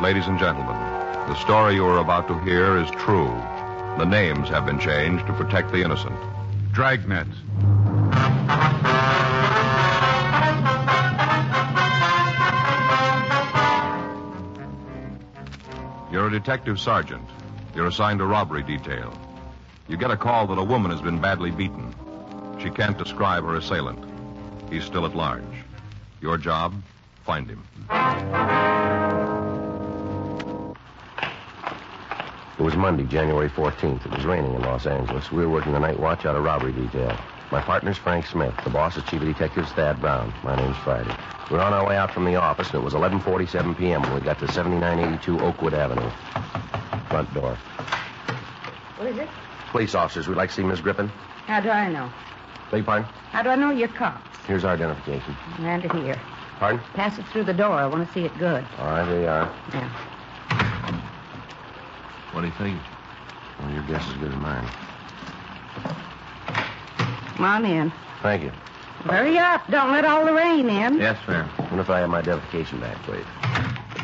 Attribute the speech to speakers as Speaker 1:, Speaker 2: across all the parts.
Speaker 1: ladies and gentlemen, the story you are about to hear is true. The names have been changed to protect the innocent.
Speaker 2: Dragnet.
Speaker 1: You're a detective sergeant. You're assigned a robbery detail. You get a call that a woman has been badly beaten. She can't describe her assailant. He's still at large. Your job, find him.
Speaker 3: It was Monday, January 14th. It was raining in Los Angeles. We were working the night watch out of robbery detail. My partner's Frank Smith. The boss is Chief of Detectives Thad Brown. My name's Friday. We were on our way out from the office, and it was 11.47 p.m. when we got to 7982 Oakwood Avenue. Front door.
Speaker 4: What is it?
Speaker 3: Police officers, we'd like to see Miss Griffin.
Speaker 4: How do I know?
Speaker 3: Beg your pardon?
Speaker 4: How do I know you're cops?
Speaker 3: Here's our identification.
Speaker 4: And here.
Speaker 3: Pardon?
Speaker 4: Pass it through the door. I want to see it good.
Speaker 3: All right, here you are.
Speaker 4: Yeah.
Speaker 1: What do you think?
Speaker 3: Well, your guess is as good as mine.
Speaker 4: Come on in.
Speaker 3: Thank you.
Speaker 4: Hurry up. Don't let all the rain in.
Speaker 3: Yes, ma'am. And if I have my identification back, please.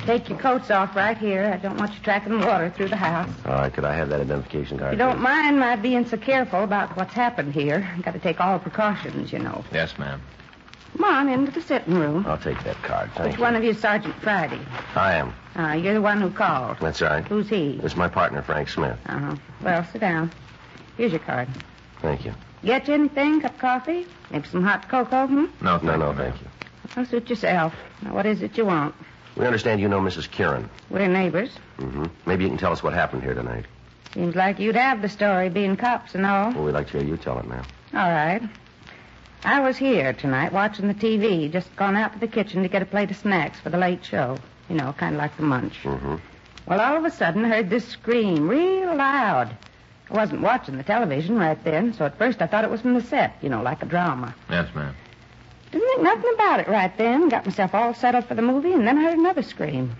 Speaker 4: Take your coats off right here. I don't want you tracking water through the house.
Speaker 3: All right, could I have that identification card?
Speaker 4: You don't
Speaker 3: please?
Speaker 4: mind my being so careful about what's happened here. Got to take all precautions, you know.
Speaker 3: Yes, ma'am.
Speaker 4: Come on into the sitting room.
Speaker 3: I'll take that card. Thank
Speaker 4: Which
Speaker 3: you.
Speaker 4: one of you is Sergeant Friday?
Speaker 3: I am.
Speaker 4: Uh, you're the one who called.
Speaker 3: That's all right.
Speaker 4: Who's he?
Speaker 3: It's my partner, Frank Smith.
Speaker 4: Uh-huh. Well, sit down. Here's your card.
Speaker 3: Thank you.
Speaker 4: Get you anything? Cup of coffee? Maybe some hot cocoa? Hmm?
Speaker 3: No, no, no, thank you.
Speaker 4: Well, suit yourself. Now, what is it you want?
Speaker 3: We understand you know Mrs. Kieran.
Speaker 4: We're neighbors.
Speaker 3: Mm-hmm. Maybe you can tell us what happened here tonight.
Speaker 4: Seems like you'd have the story, being cops and all.
Speaker 3: Well, we'd like to hear you tell it, ma'am.
Speaker 4: All right. I was here tonight watching the TV. Just gone out to the kitchen to get a plate of snacks for the late show. You know, kind of like the munch.
Speaker 3: Mm-hmm.
Speaker 4: Well, all of a sudden, heard this scream real loud. I wasn't watching the television right then, so at first I thought it was from the set, you know, like a drama.
Speaker 3: Yes, ma'am.
Speaker 4: Didn't think nothing about it right then. Got myself all settled for the movie, and then I heard another scream.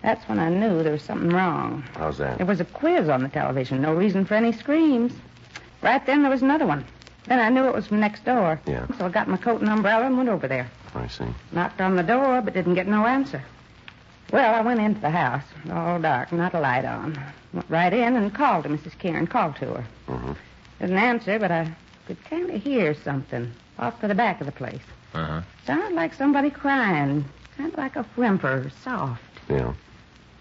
Speaker 4: That's when I knew there was something wrong.
Speaker 3: How's that?
Speaker 4: There was a quiz on the television. No reason for any screams. Right then, there was another one. Then I knew it was from next door.
Speaker 3: Yeah.
Speaker 4: So I got my coat and umbrella and went over there.
Speaker 3: I see.
Speaker 4: Knocked on the door, but didn't get no answer. Well, I went into the house, all dark, not a light on. Went right in and called to Mrs. Kieran, called to her.
Speaker 3: Mm-hmm.
Speaker 4: Didn't answer, but I could kind of hear something off to the back of the place.
Speaker 3: Uh-huh.
Speaker 4: Sounded like somebody crying, kind of like a whimper, soft.
Speaker 3: Yeah.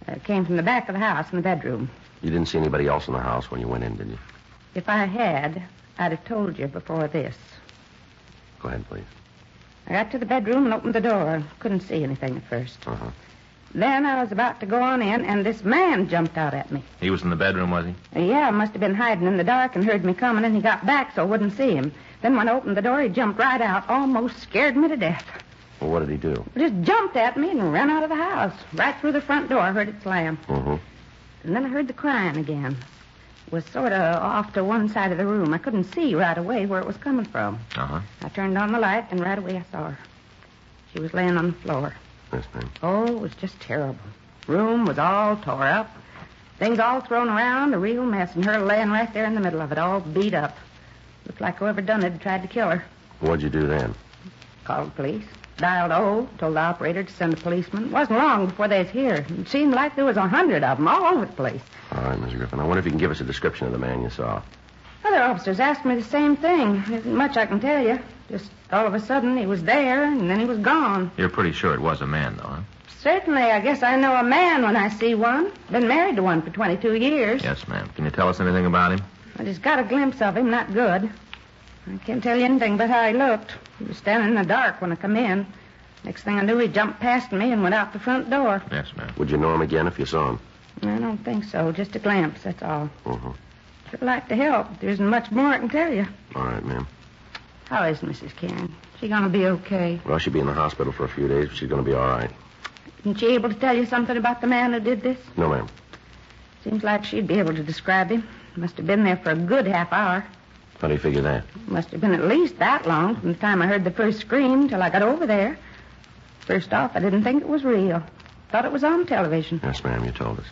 Speaker 4: Uh, came from the back of the house in the bedroom.
Speaker 3: You didn't see anybody else in the house when you went in, did you?
Speaker 4: If I had, I'd have told you before this.
Speaker 3: Go ahead, please.
Speaker 4: I got to the bedroom and opened the door. Couldn't see anything at first.
Speaker 3: Uh-huh.
Speaker 4: Then I was about to go on in, and this man jumped out at me.
Speaker 3: He was in the bedroom, was he?
Speaker 4: Yeah, I must have been hiding in the dark and heard me coming, and he got back so I wouldn't see him. Then when I opened the door, he jumped right out, almost scared me to death.
Speaker 3: Well, what did he do?
Speaker 4: Just jumped at me and ran out of the house, right through the front door. I heard it slam.
Speaker 3: Mm-hmm.
Speaker 4: And then I heard the crying again. It was sort of off to one side of the room. I couldn't see right away where it was coming from.
Speaker 3: Uh-huh.
Speaker 4: I turned on the light, and right away I saw her. She was laying on the floor.
Speaker 3: Yes, ma'am.
Speaker 4: Oh, it was just terrible. Room was all tore up. Things all thrown around, a real mess, and her laying right there in the middle of it, all beat up. Looked like whoever done it had tried to kill her.
Speaker 3: What'd you do then?
Speaker 4: Called the police. Dialed O, told the operator to send a policeman. wasn't long before they was here. It seemed like there was a hundred of them all over the place.
Speaker 3: All right, Miss Griffin. I wonder if you can give us a description of the man you saw.
Speaker 4: Other officers asked me the same thing. Isn't much I can tell you. Just all of a sudden he was there, and then he was gone.
Speaker 3: You're pretty sure it was a man, though, huh?
Speaker 4: Certainly, I guess I know a man when I see one. Been married to one for 22 years.
Speaker 3: Yes, ma'am. Can you tell us anything about him?
Speaker 4: I just got a glimpse of him, not good. I can't tell you anything but how he looked. He was standing in the dark when I come in. Next thing I knew, he jumped past me and went out the front door.
Speaker 3: Yes, ma'am. Would you know him again if you saw him?
Speaker 4: I don't think so. Just a glimpse, that's all.
Speaker 3: Mm-hmm.
Speaker 4: Sure like to help. There isn't much more I can tell you.
Speaker 3: All right, ma'am.
Speaker 4: How is Mrs. Karen? She gonna be okay?
Speaker 3: Well, she'll be in the hospital for a few days, but she's going to be all right.
Speaker 4: Isn't she able to tell you something about the man who did this?
Speaker 3: No, ma'am.
Speaker 4: Seems like she'd be able to describe him. Must have been there for a good half hour.
Speaker 3: How do you figure that?
Speaker 4: Must have been at least that long from the time I heard the first scream till I got over there. First off, I didn't think it was real. Thought it was on television.
Speaker 3: Yes, ma'am, you told us.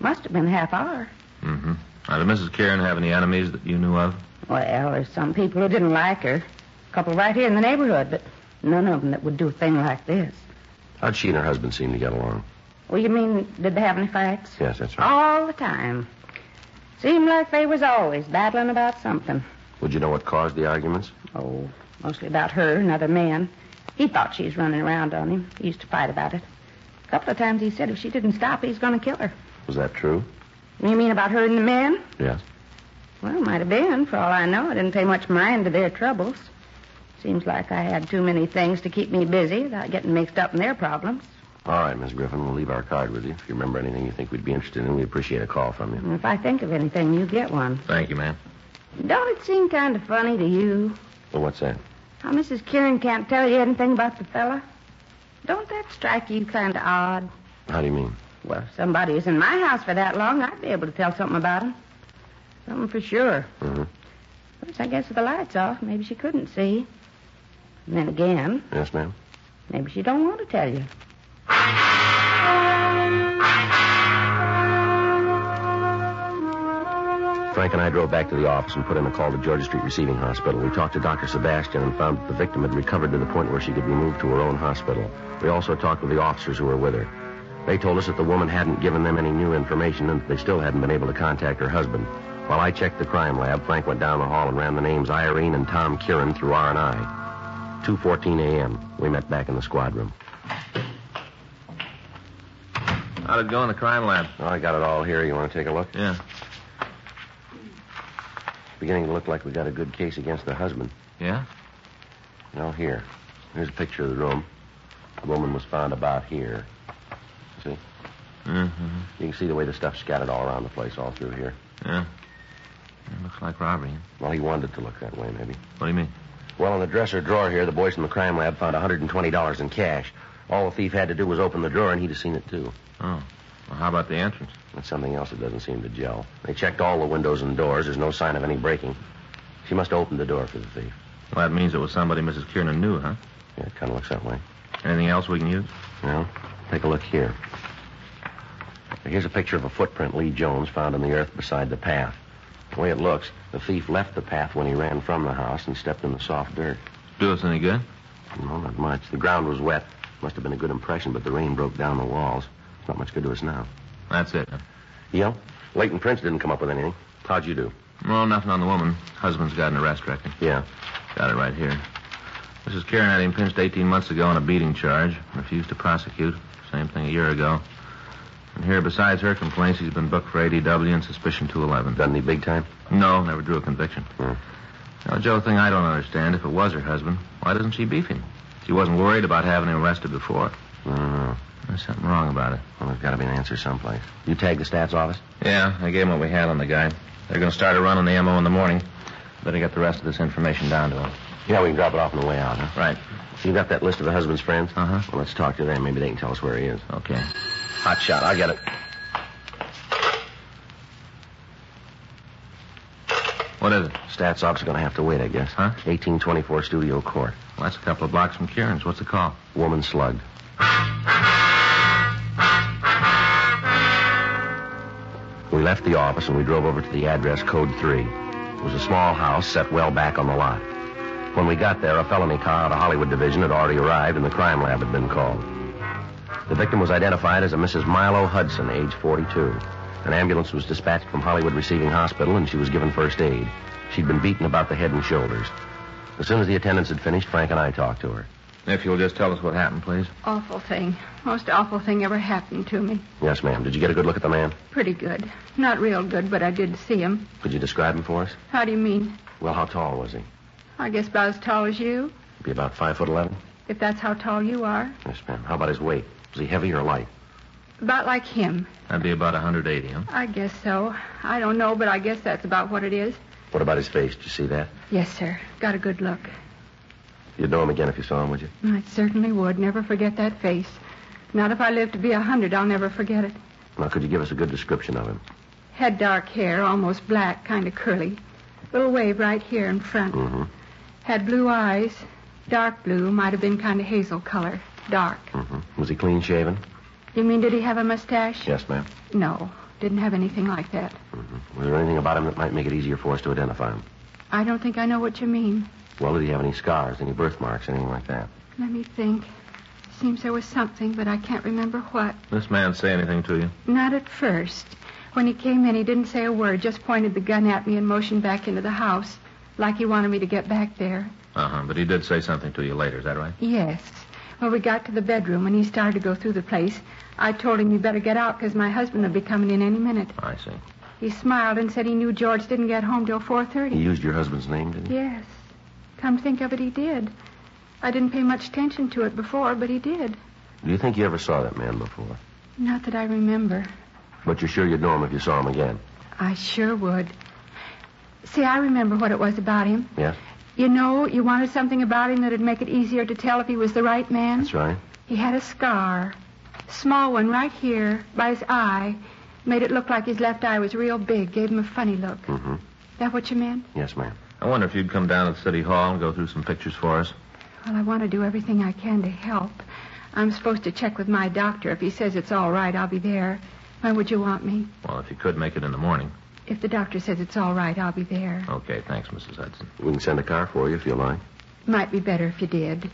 Speaker 4: Must have been a half hour.
Speaker 3: Mm-hmm. Now, did Mrs. Kieran have any enemies that you knew of?
Speaker 4: Well, there's some people who didn't like her. A couple right here in the neighborhood, but none of them that would do a thing like this.
Speaker 3: How'd she and her husband seem to get along?
Speaker 4: Well, you mean, did they have any fights?
Speaker 3: Yes, that's right.
Speaker 4: All the time. Seemed like they was always battling about something.
Speaker 3: Would you know what caused the arguments?
Speaker 4: Oh, mostly about her and other men. He thought she was running around on him. He used to fight about it. A couple of times he said if she didn't stop, he's going to kill her.
Speaker 3: Was that true?
Speaker 4: You mean about her and the men?
Speaker 3: Yes.
Speaker 4: Well, might have been. For all I know, I didn't pay much mind to their troubles. Seems like I had too many things to keep me busy without getting mixed up in their problems.
Speaker 3: All right, Miss Griffin, we'll leave our card with you. If you remember anything you think we'd be interested in, we appreciate a call from you.
Speaker 4: And if I think of anything, you get one.
Speaker 3: Thank you, ma'am.
Speaker 4: Don't it seem kind of funny to you
Speaker 3: Well, what's that?
Speaker 4: how Mrs. Kieran can't tell you anything about the fella? Don't that strike you kind of odd?
Speaker 3: How do you mean?
Speaker 4: Well, if somebody is in my house for that long, I'd be able to tell something about him. Something for sure.
Speaker 3: Mm-hmm.
Speaker 4: Of course, I guess with the lights off, maybe she couldn't see. And then again,
Speaker 3: Yes, ma'am.
Speaker 4: maybe she don't want to tell you.
Speaker 3: Frank and I drove back to the office and put in a call to Georgia Street Receiving Hospital. We talked to Dr. Sebastian and found that the victim had recovered to the point where she could be moved to her own hospital. We also talked with the officers who were with her. They told us that the woman hadn't given them any new information and that they still hadn't been able to contact her husband. While I checked the crime lab, Frank went down the hall and ran the names Irene and Tom Kieran through R&I. 2.14 a.m. We met back in the squad room.
Speaker 2: How'd it go in the crime lab?
Speaker 3: Oh, I got it all here. You want to take a look?
Speaker 2: Yeah,
Speaker 3: Beginning to look like we got a good case against the husband.
Speaker 2: yeah.
Speaker 3: Now here. Here's a picture of the room. The woman was found about here. See?
Speaker 2: Mm-hmm.
Speaker 3: You can see the way the stuff's scattered all around the place, all through here.
Speaker 2: Yeah. It looks like robbery.
Speaker 3: Well, he wanted it to look that way, maybe.
Speaker 2: What do you mean?
Speaker 3: Well, in the dresser drawer here, the boys from the crime lab found $120 in cash. All the thief had to do was open the drawer, and he'd have seen it, too.
Speaker 2: Oh. Well, how about the entrance?
Speaker 3: That's something else that doesn't seem to gel. They checked all the windows and doors. There's no sign of any breaking. She must have opened the door for the thief.
Speaker 2: Well, that means it was somebody Mrs. Kiernan knew, huh?
Speaker 3: Yeah, it kind of looks that way.
Speaker 2: Anything else we can use?
Speaker 3: Well, take a look here. Here's a picture of a footprint Lee Jones found in the earth beside the path. The way it looks, the thief left the path when he ran from the house and stepped in the soft dirt.
Speaker 2: Do us any good?
Speaker 3: No, not much. The ground was wet. Must have been a good impression, but the rain broke down the walls. It's not much good to us now.
Speaker 2: That's it. huh?
Speaker 3: Yeah? Leighton Prince didn't come up with anything. How'd you do?
Speaker 2: Well, nothing on the woman. Husband's got an arrest record.
Speaker 3: Yeah.
Speaker 2: Got it right here. Mrs. Kieran had him pinched 18 months ago on a beating charge. Refused to prosecute. Same thing a year ago. And here, besides her complaints, he's been booked for ADW and suspicion 211.
Speaker 3: Done any big time?
Speaker 2: No, never drew a conviction.
Speaker 3: Hmm.
Speaker 2: Now, Joe, the thing I don't understand, if it was her husband, why doesn't she beef him? She wasn't worried about having him arrested before.
Speaker 3: No, no, no.
Speaker 2: There's something wrong about it.
Speaker 3: Well, there's got to be an answer someplace. You tag the stats office?
Speaker 2: Yeah, I gave him what we had on the guy. They're going to start a run on the MO in the morning. Better get the rest of this information down to him.
Speaker 3: Yeah, we can drop it off on the way out, huh?
Speaker 2: Right.
Speaker 3: You got that list of the husband's friends?
Speaker 2: Uh-huh.
Speaker 3: Well, let's talk to them. Maybe they can tell us where he is.
Speaker 2: Okay.
Speaker 3: Hot shot. I get it.
Speaker 2: What is it?
Speaker 3: Stats ops are going to have to wait, I guess.
Speaker 2: Huh?
Speaker 3: 1824 Studio Court.
Speaker 2: Well, that's a couple of blocks from Kieran's. What's the call?
Speaker 3: Woman slugged. We left the office and we drove over to the address code 3. It was a small house set well back on the lot. When we got there, a felony car out of Hollywood Division had already arrived and the crime lab had been called. The victim was identified as a Mrs. Milo Hudson, age 42. An ambulance was dispatched from Hollywood Receiving Hospital and she was given first aid. She'd been beaten about the head and shoulders. As soon as the attendants had finished, Frank and I talked to her.
Speaker 2: If you'll just tell us what happened, please.
Speaker 5: Awful thing. Most awful thing ever happened to me.
Speaker 3: Yes, ma'am. Did you get a good look at the man?
Speaker 5: Pretty good. Not real good, but I did see him.
Speaker 3: Could you describe him for us?
Speaker 5: How do you mean?
Speaker 3: Well, how tall was he?
Speaker 5: I guess about as tall as you,
Speaker 3: Be about five foot eleven.
Speaker 5: if that's how tall you are.
Speaker 3: Yes, ma'am. How about his weight? Was he heavy or light?
Speaker 5: About like him.
Speaker 2: That'd be about 180, huh?
Speaker 5: I guess so. I don't know, but I guess that's about what it is.
Speaker 3: What about his face? Did you see that?
Speaker 5: Yes, sir. Got a good look.
Speaker 3: You'd know him again if you saw him, would you?
Speaker 5: I certainly would. Never forget that face. Not if I live to be a hundred, I'll never forget it.
Speaker 3: Now, could you give us a good description of him?
Speaker 5: Had dark hair, almost black, kind of curly. Little wave right here in front.
Speaker 3: Mm-hmm.
Speaker 5: Had blue eyes. Dark blue, might have been kind of hazel color. Dark.
Speaker 3: Mm-hmm. Was he clean shaven?
Speaker 5: You mean did he have a mustache?
Speaker 3: Yes, ma'am.
Speaker 5: No, didn't have anything like that.
Speaker 3: Mm-hmm. Was there anything about him that might make it easier for us to identify him?
Speaker 5: I don't think I know what you mean.
Speaker 3: Well, did he have any scars, any birthmarks, anything like that?
Speaker 5: Let me think. Seems there was something, but I can't remember what.
Speaker 2: This man say anything to you?
Speaker 5: Not at first. When he came in, he didn't say a word, just pointed the gun at me and motioned back into the house, like he wanted me to get back there.
Speaker 2: Uh huh. But he did say something to you later. Is that right?
Speaker 5: Yes. When we got to the bedroom and he started to go through the place, I told him he'd better get out because my husband will be coming in any minute.
Speaker 2: I see.
Speaker 5: He smiled and said he knew George didn't get home till
Speaker 3: He
Speaker 5: 4.30.
Speaker 3: used your husband's name, didn't he?
Speaker 5: Yes. Come to think of it, he did. I didn't pay much attention to it before, but he did.
Speaker 3: Do you think you ever saw that man before?
Speaker 5: Not that I remember.
Speaker 3: But you're sure you'd know him if you saw him again?
Speaker 5: I sure would. See, I remember what it was about him.
Speaker 3: Yes?
Speaker 5: You know, you wanted something about him that'd make it easier to tell if he was the right man.
Speaker 3: That's right.
Speaker 5: He had a scar, small one right here by his eye, made it look like his left eye was real big, gave him a funny look.
Speaker 3: Mm-hmm.
Speaker 5: That what you meant?
Speaker 3: Yes, ma'am.
Speaker 2: I wonder if you'd come down to City Hall and go through some pictures for us.
Speaker 5: Well, I want to do everything I can to help. I'm supposed to check with my doctor. If he says it's all right, I'll be there. When would you want me?
Speaker 2: Well, if you could make it in the morning.
Speaker 5: If the doctor says it's all right, I'll be there.
Speaker 2: Okay, thanks, Mrs. Hudson.
Speaker 3: We can send a car for you if you like.
Speaker 5: Might be better if you did.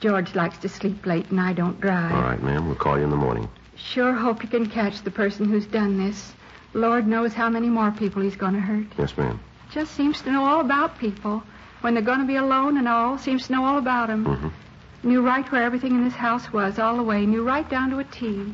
Speaker 5: George likes to sleep late, and I don't drive.
Speaker 3: All right, ma'am. We'll call you in the morning.
Speaker 5: Sure hope you can catch the person who's done this. Lord knows how many more people he's going to hurt.
Speaker 3: Yes, ma'am.
Speaker 5: Just seems to know all about people. When they're going to be alone and all, seems to know all about 'em.
Speaker 3: Mhm.
Speaker 5: Knew right where everything in this house was all the way. Knew right down to a T.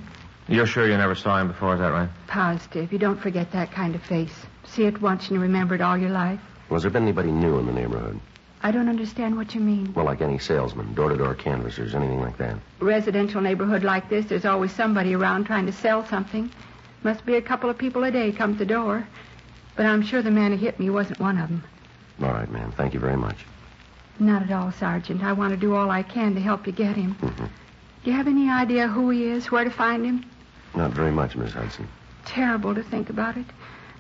Speaker 2: You're sure you never saw him before? Is that right?
Speaker 5: Positive. You don't forget that kind of face. See it once and you remember it all your life.
Speaker 3: Was there been anybody new in the neighborhood?
Speaker 5: I don't understand what you mean.
Speaker 3: Well, like any salesman, door-to-door canvassers, anything like that.
Speaker 5: Residential neighborhood like this, there's always somebody around trying to sell something. Must be a couple of people a day come to the door. But I'm sure the man who hit me wasn't one of 'em.
Speaker 3: All right, ma'am. Thank you very much.
Speaker 5: Not at all, Sergeant. I want to do all I can to help you get him. Do you have any idea who he is, where to find him?
Speaker 3: Not very much, Miss Hudson.
Speaker 5: Terrible to think about it.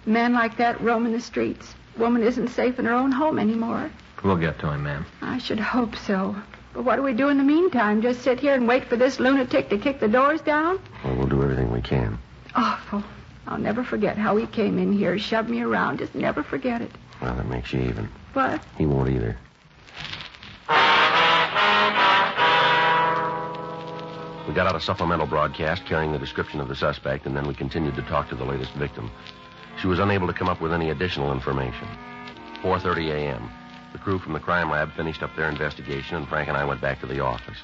Speaker 5: A man like that roaming the streets. Woman isn't safe in her own home anymore.
Speaker 2: We'll get to him, ma'am.
Speaker 5: I should hope so. But what do we do in the meantime? Just sit here and wait for this lunatic to kick the doors down?
Speaker 3: Well, we'll do everything we can.
Speaker 5: Awful. I'll never forget how he came in here, shoved me around. Just never forget it.
Speaker 3: Well, that makes you even.
Speaker 5: But
Speaker 3: He won't either. We got out a supplemental broadcast carrying the description of the suspect, and then we continued to talk to the latest victim. She was unable to come up with any additional information. 4:30 a.m. The crew from the crime lab finished up their investigation, and Frank and I went back to the office.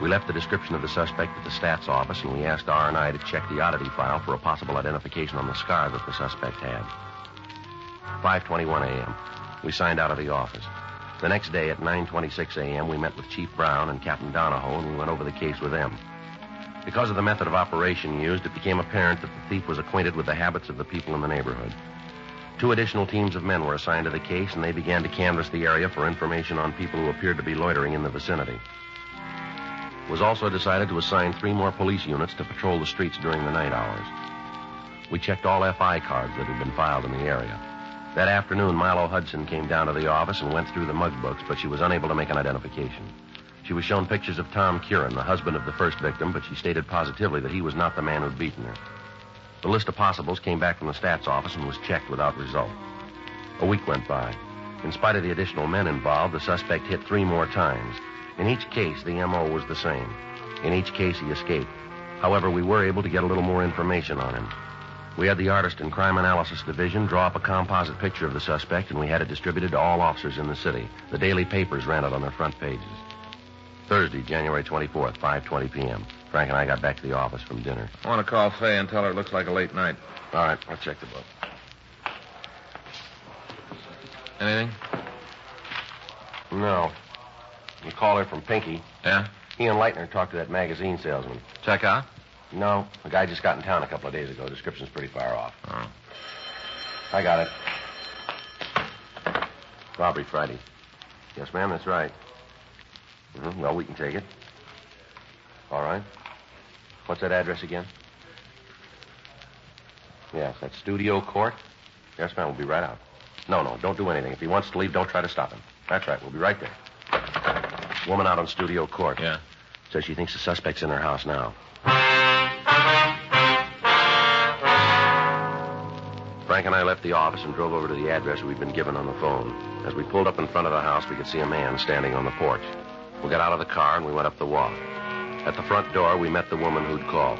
Speaker 3: We left the description of the suspect at the stats office, and we asked R and I to check the oddity file for a possible identification on the scar that the suspect had. 5:21 a.m. We signed out of the office. The next day at 9:26 a.m., we met with Chief Brown and Captain Donahoe, and we went over the case with them. Because of the method of operation used, it became apparent that the thief was acquainted with the habits of the people in the neighborhood. Two additional teams of men were assigned to the case, and they began to canvass the area for information on people who appeared to be loitering in the vicinity. It was also decided to assign three more police units to patrol the streets during the night hours. We checked all FI cards that had been filed in the area. That afternoon, Milo Hudson came down to the office and went through the mug books, but she was unable to make an identification. She was shown pictures of Tom Curran, the husband of the first victim, but she stated positively that he was not the man who'd beaten her. The list of possibles came back from the stats office and was checked without result. A week went by. In spite of the additional men involved, the suspect hit three more times. In each case, the M.O. was the same. In each case, he escaped. However, we were able to get a little more information on him. We had the artist in crime analysis division draw up a composite picture of the suspect, and we had it distributed to all officers in the city. The daily papers ran it on their front pages. Thursday, January 24th, 5:20 p.m. Frank and I got back to the office from dinner.
Speaker 2: I want to call Fay and tell her it looks like a late night.
Speaker 3: All right, I'll check the book.
Speaker 2: Anything?
Speaker 3: No, you call her from Pinky.
Speaker 2: Yeah?
Speaker 3: He and Leitner talked to that magazine salesman.
Speaker 2: Check out?
Speaker 3: No, the guy just got in town a couple of days ago. Description's pretty far off.
Speaker 2: Oh.
Speaker 3: I got it. Robbery Friday. Yes, ma'am, that's right. hmm Well, we can take it. All right. What's that address again? Yes, that's Studio Court. Yes, ma'am, we'll be right out. No, no, don't do anything. If he wants to leave, don't try to stop him. That's right, we'll be right there. Woman out on Studio Court.
Speaker 2: Yeah.
Speaker 3: Says she thinks the suspect's in her house now. Frank and I left the office and drove over to the address we'd been given on the phone. As we pulled up in front of the house, we could see a man standing on the porch. We got out of the car and we went up the walk. At the front door, we met the woman who'd called.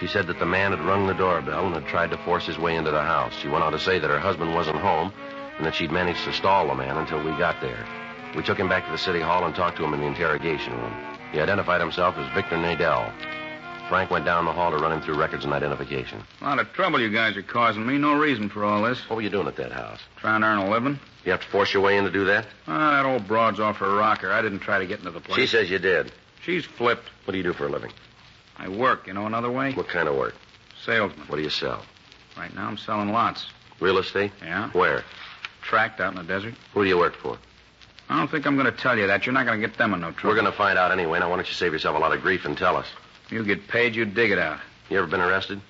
Speaker 3: She said that the man had rung the doorbell and had tried to force his way into the house. She went on to say that her husband wasn't home and that she'd managed to stall the man until we got there. We took him back to the city hall and talked to him in the interrogation room. He identified himself as Victor Nadell. Frank went down the hall to run him through records and identification.
Speaker 6: A lot of trouble you guys are causing me. No reason for all this.
Speaker 3: What were you doing at that house?
Speaker 6: Trying to earn a living?
Speaker 3: You have to force your way in to do that?
Speaker 6: Ah, that old broad's off her rocker. I didn't try to get into the place.
Speaker 3: She says you did.
Speaker 6: She's flipped.
Speaker 3: What do you do for a living?
Speaker 6: I work, you know, another way.
Speaker 3: What kind of work?
Speaker 6: Salesman.
Speaker 3: What do you sell?
Speaker 6: Right now I'm selling lots.
Speaker 3: Real estate?
Speaker 6: Yeah?
Speaker 3: Where?
Speaker 6: Tracked out in the desert.
Speaker 3: Who do you work for?
Speaker 6: I don't think I'm going to tell you that. You're not going to get them in no trouble.
Speaker 3: We're going to find out anyway. Now, why don't you save yourself a lot of grief and tell us?
Speaker 6: You get paid, you dig it out.
Speaker 3: You ever been arrested?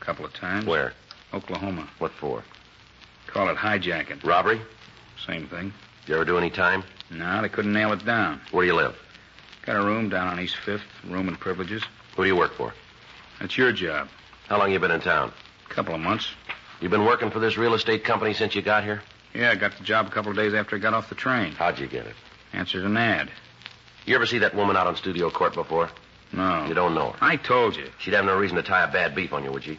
Speaker 6: A couple of times.
Speaker 3: Where?
Speaker 6: Oklahoma.
Speaker 3: What for?
Speaker 6: Call it hijacking.
Speaker 3: Robbery?
Speaker 6: Same thing.
Speaker 3: You ever do any time?
Speaker 6: No, they couldn't nail it down.
Speaker 3: Where do you live?
Speaker 6: Got a room down on East Fifth, room and privileges.
Speaker 3: Who do you work for?
Speaker 6: That's your job.
Speaker 3: How long you been in town?
Speaker 6: Couple of months.
Speaker 3: You been working for this real estate company since you got here?
Speaker 6: Yeah, I got the job a couple of days after I got off the train.
Speaker 3: How'd you get it?
Speaker 6: Answered an ad.
Speaker 3: You ever see that woman out on studio court before?
Speaker 6: No.
Speaker 3: You don't know her.
Speaker 6: I told you.
Speaker 3: She'd have no reason to tie a bad beef on you, would she?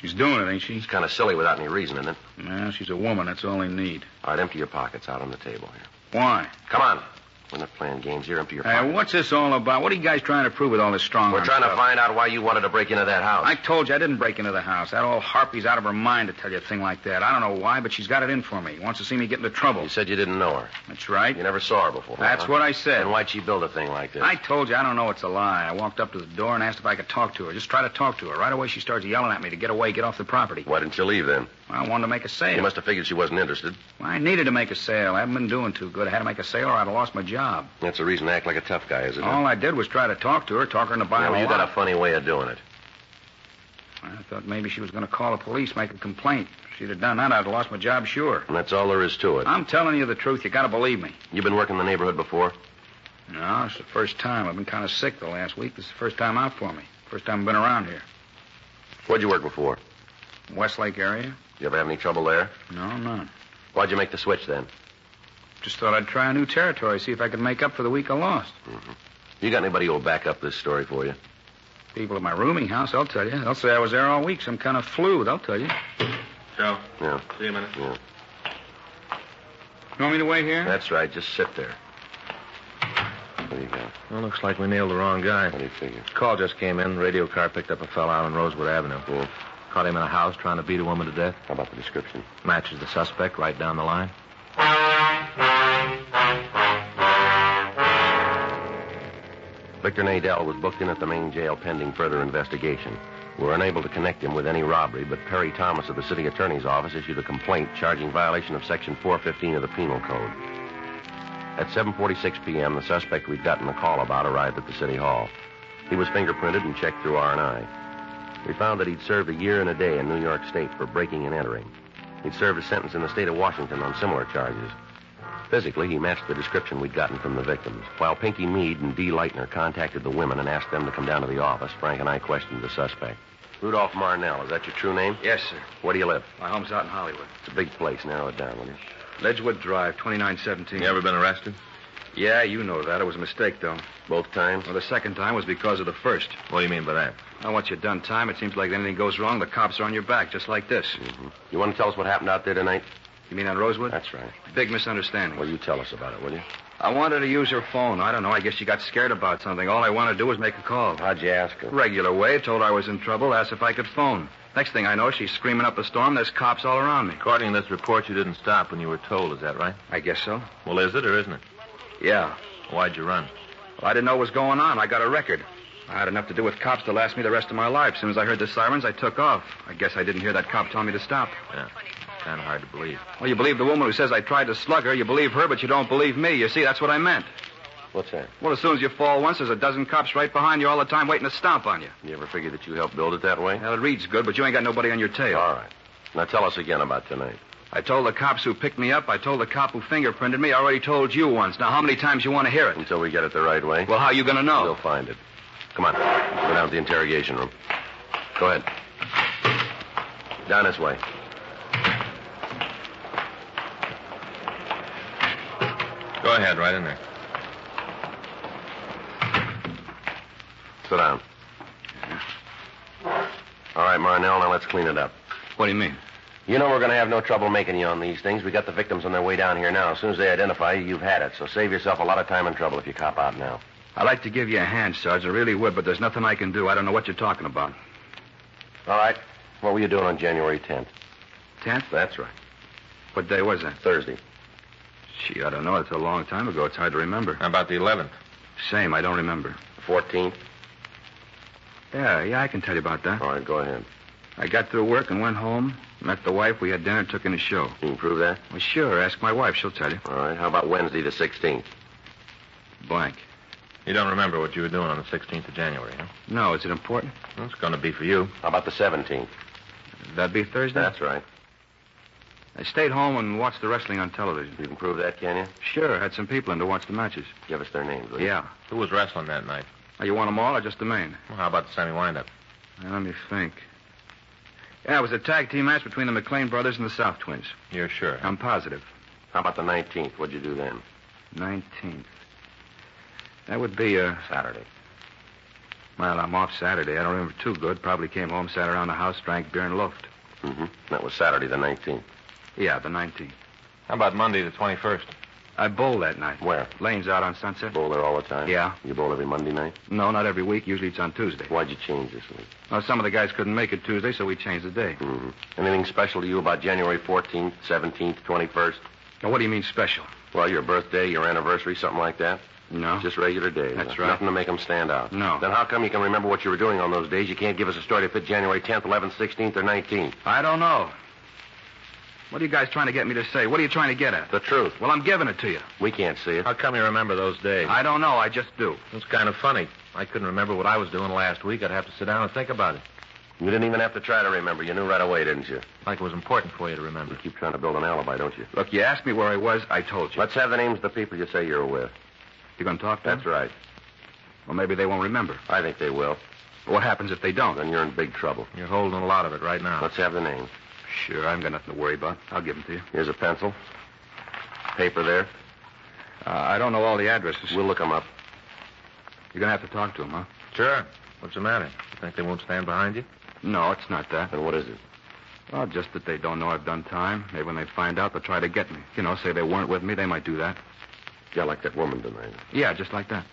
Speaker 6: She's doing it, ain't she?
Speaker 3: It's kind of silly without any reason, isn't it?
Speaker 6: No, she's a woman. That's all they need.
Speaker 3: All right, empty your pockets out on the table here.
Speaker 6: Why?
Speaker 3: Come on. We're not playing games here. Empty your
Speaker 6: Hey,
Speaker 3: pockets.
Speaker 6: what's this all about? What are you guys trying to prove with all this strong
Speaker 3: We're trying to find out why you wanted to break into that house.
Speaker 6: I told you I didn't break into the house. That old harpy's out of her mind to tell you a thing like that. I don't know why, but she's got it in for me. Wants to see me get into trouble.
Speaker 3: You said you didn't know her.
Speaker 6: That's right.
Speaker 3: You never saw her before.
Speaker 6: That's
Speaker 3: huh?
Speaker 6: what I said.
Speaker 3: Then why'd she build a thing like this?
Speaker 6: I told you I don't know it's a lie. I walked up to the door and asked if I could talk to her. Just try to talk to her. Right away she starts yelling at me to get away, get off the property.
Speaker 3: Why didn't you leave then?
Speaker 6: I wanted to make a sale.
Speaker 3: You must have figured she wasn't interested.
Speaker 6: Well, I needed to make a sale. I haven't been doing too good. I had to make a sale or I'd have lost my job.
Speaker 3: That's the reason to act like a tough guy, isn't
Speaker 6: All I did was try to talk to her, talk her into
Speaker 3: it?
Speaker 6: buying
Speaker 3: Well,
Speaker 6: a
Speaker 3: you
Speaker 6: lot.
Speaker 3: got a funny way of doing it.
Speaker 6: I thought maybe she was going to call the police, make a complaint. If she'd have done that, I'd have lost my job, sure.
Speaker 3: And that's all there is to it.
Speaker 6: I'm telling you the truth. You got to believe me.
Speaker 3: You've been working in the neighborhood before?
Speaker 6: No, it's the first time. I've been kind of sick the last week. This is the first time out for me. First time I've been around here.
Speaker 3: Where'd you work before?
Speaker 6: Westlake area?
Speaker 3: You ever have any trouble there?
Speaker 6: No, none.
Speaker 3: Why'd you make the switch then?
Speaker 6: Just thought I'd try a new territory, see if I could make up for the week I lost.
Speaker 3: You got anybody who'll back up this story for you?
Speaker 6: People at my rooming house, they'll tell you. They'll say I was there all week, some kind of flu, they'll tell you.
Speaker 2: Joe,
Speaker 3: Yeah.
Speaker 2: see you in a minute.
Speaker 3: Yeah.
Speaker 6: You want me to wait here?
Speaker 3: That's right. Just sit there. What do you got?
Speaker 2: Well, looks like we nailed the wrong guy.
Speaker 3: What do you figure?
Speaker 2: Call just came in. Radio car picked up a fellow out on Rosewood Avenue. Caught him in a house trying to beat a woman to death.
Speaker 3: How about the description?
Speaker 2: Matches the suspect right down the line.
Speaker 3: Victor Nadell was booked in at the main jail pending further investigation. We were unable to connect him with any robbery, but Perry Thomas of the city attorney's office issued a complaint charging violation of section 415 of the penal code. At 7:46 p.m., the suspect we'd gotten a call about arrived at the city hall. He was fingerprinted and checked through R&I. We found that he'd served a year and a day in New York State for breaking and entering. He'd served a sentence in the state of Washington on similar charges. Physically, he matched the description we'd gotten from the victims. While Pinky Mead and Dee Leitner contacted the women and asked them to come down to the office, Frank and I questioned the suspect. Rudolph Marnell, is that your true name?
Speaker 6: Yes, sir.
Speaker 3: Where do you live?
Speaker 6: My home's out in Hollywood.
Speaker 3: It's a big place. Narrow it down, will you?
Speaker 6: Ledgewood Drive, 2917.
Speaker 2: You ever been arrested?
Speaker 6: Yeah, you know that. It was a mistake, though.
Speaker 3: Both times?
Speaker 6: Well, the second time was because of the first.
Speaker 2: What do you mean by that?
Speaker 6: Now, once you've done time, it seems like anything goes wrong, the cops are on your back, just like this.
Speaker 3: You want to tell us what happened out there tonight?
Speaker 6: You mean on Rosewood?
Speaker 3: That's right.
Speaker 6: Big misunderstanding.
Speaker 3: Well, you tell us about it, will you?
Speaker 6: I wanted to use her phone. I don't know. I guess she got scared about something. All I wanted to do was make a call.
Speaker 3: How'd you ask her?
Speaker 6: Regular way. Told her I was in trouble. Asked if I could phone. Next thing I know, she's screaming up a storm. There's cops all around me.
Speaker 2: According to this report, you didn't stop when you were told. Is that right?
Speaker 6: I guess so.
Speaker 2: Well, is it or isn't it?
Speaker 6: Yeah.
Speaker 2: Why'd you run?
Speaker 6: Well, I didn't know what was going on. I got a record. I had enough to do with cops to last me the rest of my life. As soon as I heard the sirens, I took off. I guess I didn't hear that cop tell me to stop.
Speaker 2: Yeah. Kind of hard to believe.
Speaker 6: Well, you believe the woman who says I tried to slug her. You believe her, but you don't believe me. You see, that's what I meant.
Speaker 3: What's that?
Speaker 6: Well, as soon as you fall once, there's a dozen cops right behind you all the time waiting to stomp on you.
Speaker 3: You ever figure that you helped build it that way?
Speaker 6: Now, it reads good, but you ain't got nobody on your tail.
Speaker 3: All right. Now tell us again about tonight.
Speaker 6: I told the cops who picked me up. I told the cop who fingerprinted me. I already told you once. Now, how many times you want to hear it?
Speaker 3: Until we get it the right way,
Speaker 6: Well, how are you going to
Speaker 3: we'll
Speaker 6: know?
Speaker 3: find it. Come on. Go down to the interrogation room. Go ahead. Down this way.
Speaker 2: Go ahead, right in there.
Speaker 3: Sit down. All right, Marnell, now let's clean it up.
Speaker 6: What do you mean?
Speaker 3: You know we're going to have no trouble making you on these things. We got the victims on their way down here now. As soon as they identify you, you've had it. So save yourself a lot of time and trouble if you cop out now.
Speaker 6: I'd like to give you a hand, Sarge. I really would, but there's nothing I can do. I don't know what you're talking about.
Speaker 3: All right. What were you doing on January 10th?
Speaker 6: Tenth?
Speaker 3: That's right.
Speaker 6: What day was that?
Speaker 3: Thursday.
Speaker 6: Gee, I don't know. It's a long time ago. It's hard to remember.
Speaker 2: How about the 11th?
Speaker 6: Same. I don't remember.
Speaker 3: 14th.
Speaker 6: Yeah, yeah, I can tell you about that.
Speaker 3: All right, go ahead.
Speaker 6: I got through work and went home, met the wife. We had dinner, took in a show.
Speaker 3: Can you prove that?
Speaker 6: Well, sure. Ask my wife. She'll tell you.
Speaker 3: All right. How about Wednesday the 16th?
Speaker 6: Blank.
Speaker 2: You don't remember what you were doing on the 16th of January, huh?
Speaker 6: No, is it important?
Speaker 2: Well, it's going to be for you.
Speaker 3: How about the 17th?
Speaker 6: That'd be Thursday?
Speaker 3: That's right.
Speaker 6: I stayed home and watched the wrestling on television.
Speaker 3: You can prove that, can you?
Speaker 6: Sure, had some people in to watch the matches.
Speaker 3: Give us their names, will you?
Speaker 6: Yeah.
Speaker 2: Who was wrestling that night?
Speaker 6: Oh, you want them all or just the main?
Speaker 2: Well, how about the semi windup?
Speaker 6: Now, let me think. Yeah, it was a tag team match between the McLean brothers and the South Twins.
Speaker 2: You're sure?
Speaker 6: I'm positive.
Speaker 3: How about the 19th? What'd you do then?
Speaker 6: 19th. That would be, uh,
Speaker 3: Saturday.
Speaker 6: well, I'm off Saturday. I don't remember too good. Probably came home, sat around the house, drank beer, and loafed.
Speaker 3: Mm-hmm. That was Saturday the 19th.
Speaker 6: Yeah, the 19th.
Speaker 2: How about Monday, the 21st?
Speaker 6: I bowled that night.
Speaker 3: Where?
Speaker 6: Lane's out on Sunset.
Speaker 3: Bowl there all the time?
Speaker 6: Yeah.
Speaker 3: You bowl every Monday night?
Speaker 6: No, not every week. Usually it's on Tuesday.
Speaker 3: Why'd you change this week?
Speaker 6: Well, some of the guys couldn't make it Tuesday, so we changed the day.
Speaker 3: Mm-hmm. Anything special to you about January 14th, 17th, 21st?
Speaker 6: Now, what do you mean special?
Speaker 3: Well, your birthday, your anniversary, something like that?
Speaker 6: No.
Speaker 3: Just regular days.
Speaker 6: That's
Speaker 3: huh?
Speaker 6: right.
Speaker 3: Nothing to make them stand out.
Speaker 6: No.
Speaker 3: Then how come you can remember what you were doing on those days? You can't give us a story to fit January 10th, 11th, 16th, or 19th.
Speaker 6: I don't know. What are you guys trying to get me to say? What are you trying to get at?
Speaker 3: The truth.
Speaker 6: Well, I'm giving it to you.
Speaker 3: We can't see it.
Speaker 2: How come you remember those days?
Speaker 6: I don't know. I just do.
Speaker 2: It's kind of funny. I couldn't remember what I was doing last week. I'd have to sit down and think about it.
Speaker 3: You didn't even have to try to remember. You knew right away, didn't you?
Speaker 2: Like it was important for you to remember.
Speaker 3: You keep trying to build an alibi, don't you?
Speaker 6: Look, you asked me where I was. I told you.
Speaker 3: Let's have the names of the people you say you're with.
Speaker 6: You going to talk to
Speaker 3: That's
Speaker 6: them?
Speaker 3: right.
Speaker 6: Well, maybe they won't remember.
Speaker 3: I think they will.
Speaker 6: What happens if they don't?
Speaker 3: Then you're in big trouble.
Speaker 2: You're holding a lot of it right now.
Speaker 3: Let's have the names.
Speaker 6: Sure, I haven't got nothing to worry about. I'll give them to you.
Speaker 3: Here's a pencil. Paper there.
Speaker 6: Uh, I don't know all the addresses.
Speaker 3: We'll look 'em up.
Speaker 6: You're going to have to talk to them, huh?
Speaker 2: Sure. What's the matter? You think they won't stand behind you?
Speaker 6: No, it's not that.
Speaker 3: And what is it?
Speaker 6: Well, just that they don't know I've done time. Maybe when they find out, they'll try to get me. You know, say they weren't with me, they might do that.
Speaker 3: Yeah, like that woman tonight.
Speaker 6: Yeah, just like that.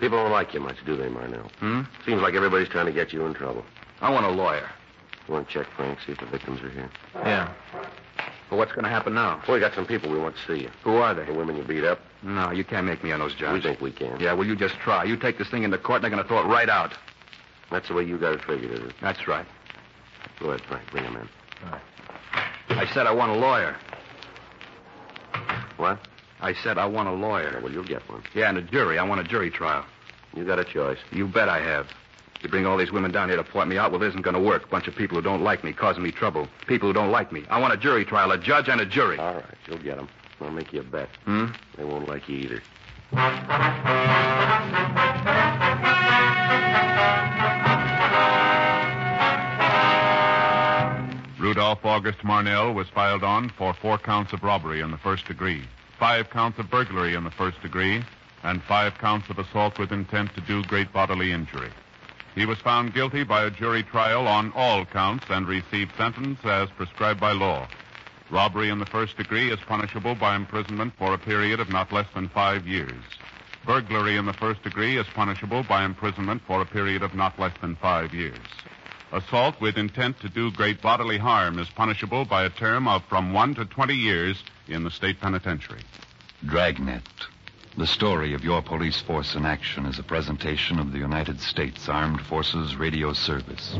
Speaker 3: People don't like you much, do they, Marnell?
Speaker 6: Hmm?
Speaker 3: Seems like everybody's trying to get you in trouble.
Speaker 6: I want a lawyer.
Speaker 3: You want to check, Frank, see if the victims are here?
Speaker 2: Yeah.
Speaker 6: But what's going to happen now?
Speaker 3: Well, we got some people we want to see you.
Speaker 6: Who are they?
Speaker 3: The women you beat up,
Speaker 6: No, you can't make me on those jobs.
Speaker 3: we think we can.
Speaker 6: Yeah, well, you just try. You take this thing into court, and they're going to throw it right out.
Speaker 3: That's the way you got it figured, is it?
Speaker 6: That's right.
Speaker 3: Go ahead, Frank. Bring 'em in.
Speaker 6: I said I want a lawyer.
Speaker 3: What?
Speaker 6: I said I want a
Speaker 3: Yeah,
Speaker 6: lawyer.
Speaker 3: well, you'll get one.
Speaker 6: Yeah, and a jury. I want a jury trial.
Speaker 3: You got a choice.
Speaker 6: You bet I have. You bring all these women down here to point me out. Well, this isn't going to work. Bunch of people who don't like me, causing me trouble. People who don't like me. I want a jury trial, a judge and a jury.
Speaker 3: All right, you'll get 'em. I'll make you a bet.
Speaker 6: Hmm?
Speaker 3: They won't like you either.
Speaker 1: Rudolph August Marnell was filed on for four counts of robbery in the first degree, five counts of burglary in the first degree, and five counts of assault with intent to do great bodily injury. He was found guilty by a jury trial on all counts and received sentence as prescribed by law. Robbery in the first degree is punishable by imprisonment for a period of not less than five years. Burglary in the first degree is punishable by imprisonment for a period of not less than five years. Assault with intent to do great bodily harm is punishable by a term of from one to 20 years in the state penitentiary.
Speaker 7: Dragnet. The story of your police force in action is a presentation of the United States Armed Forces Radio Service.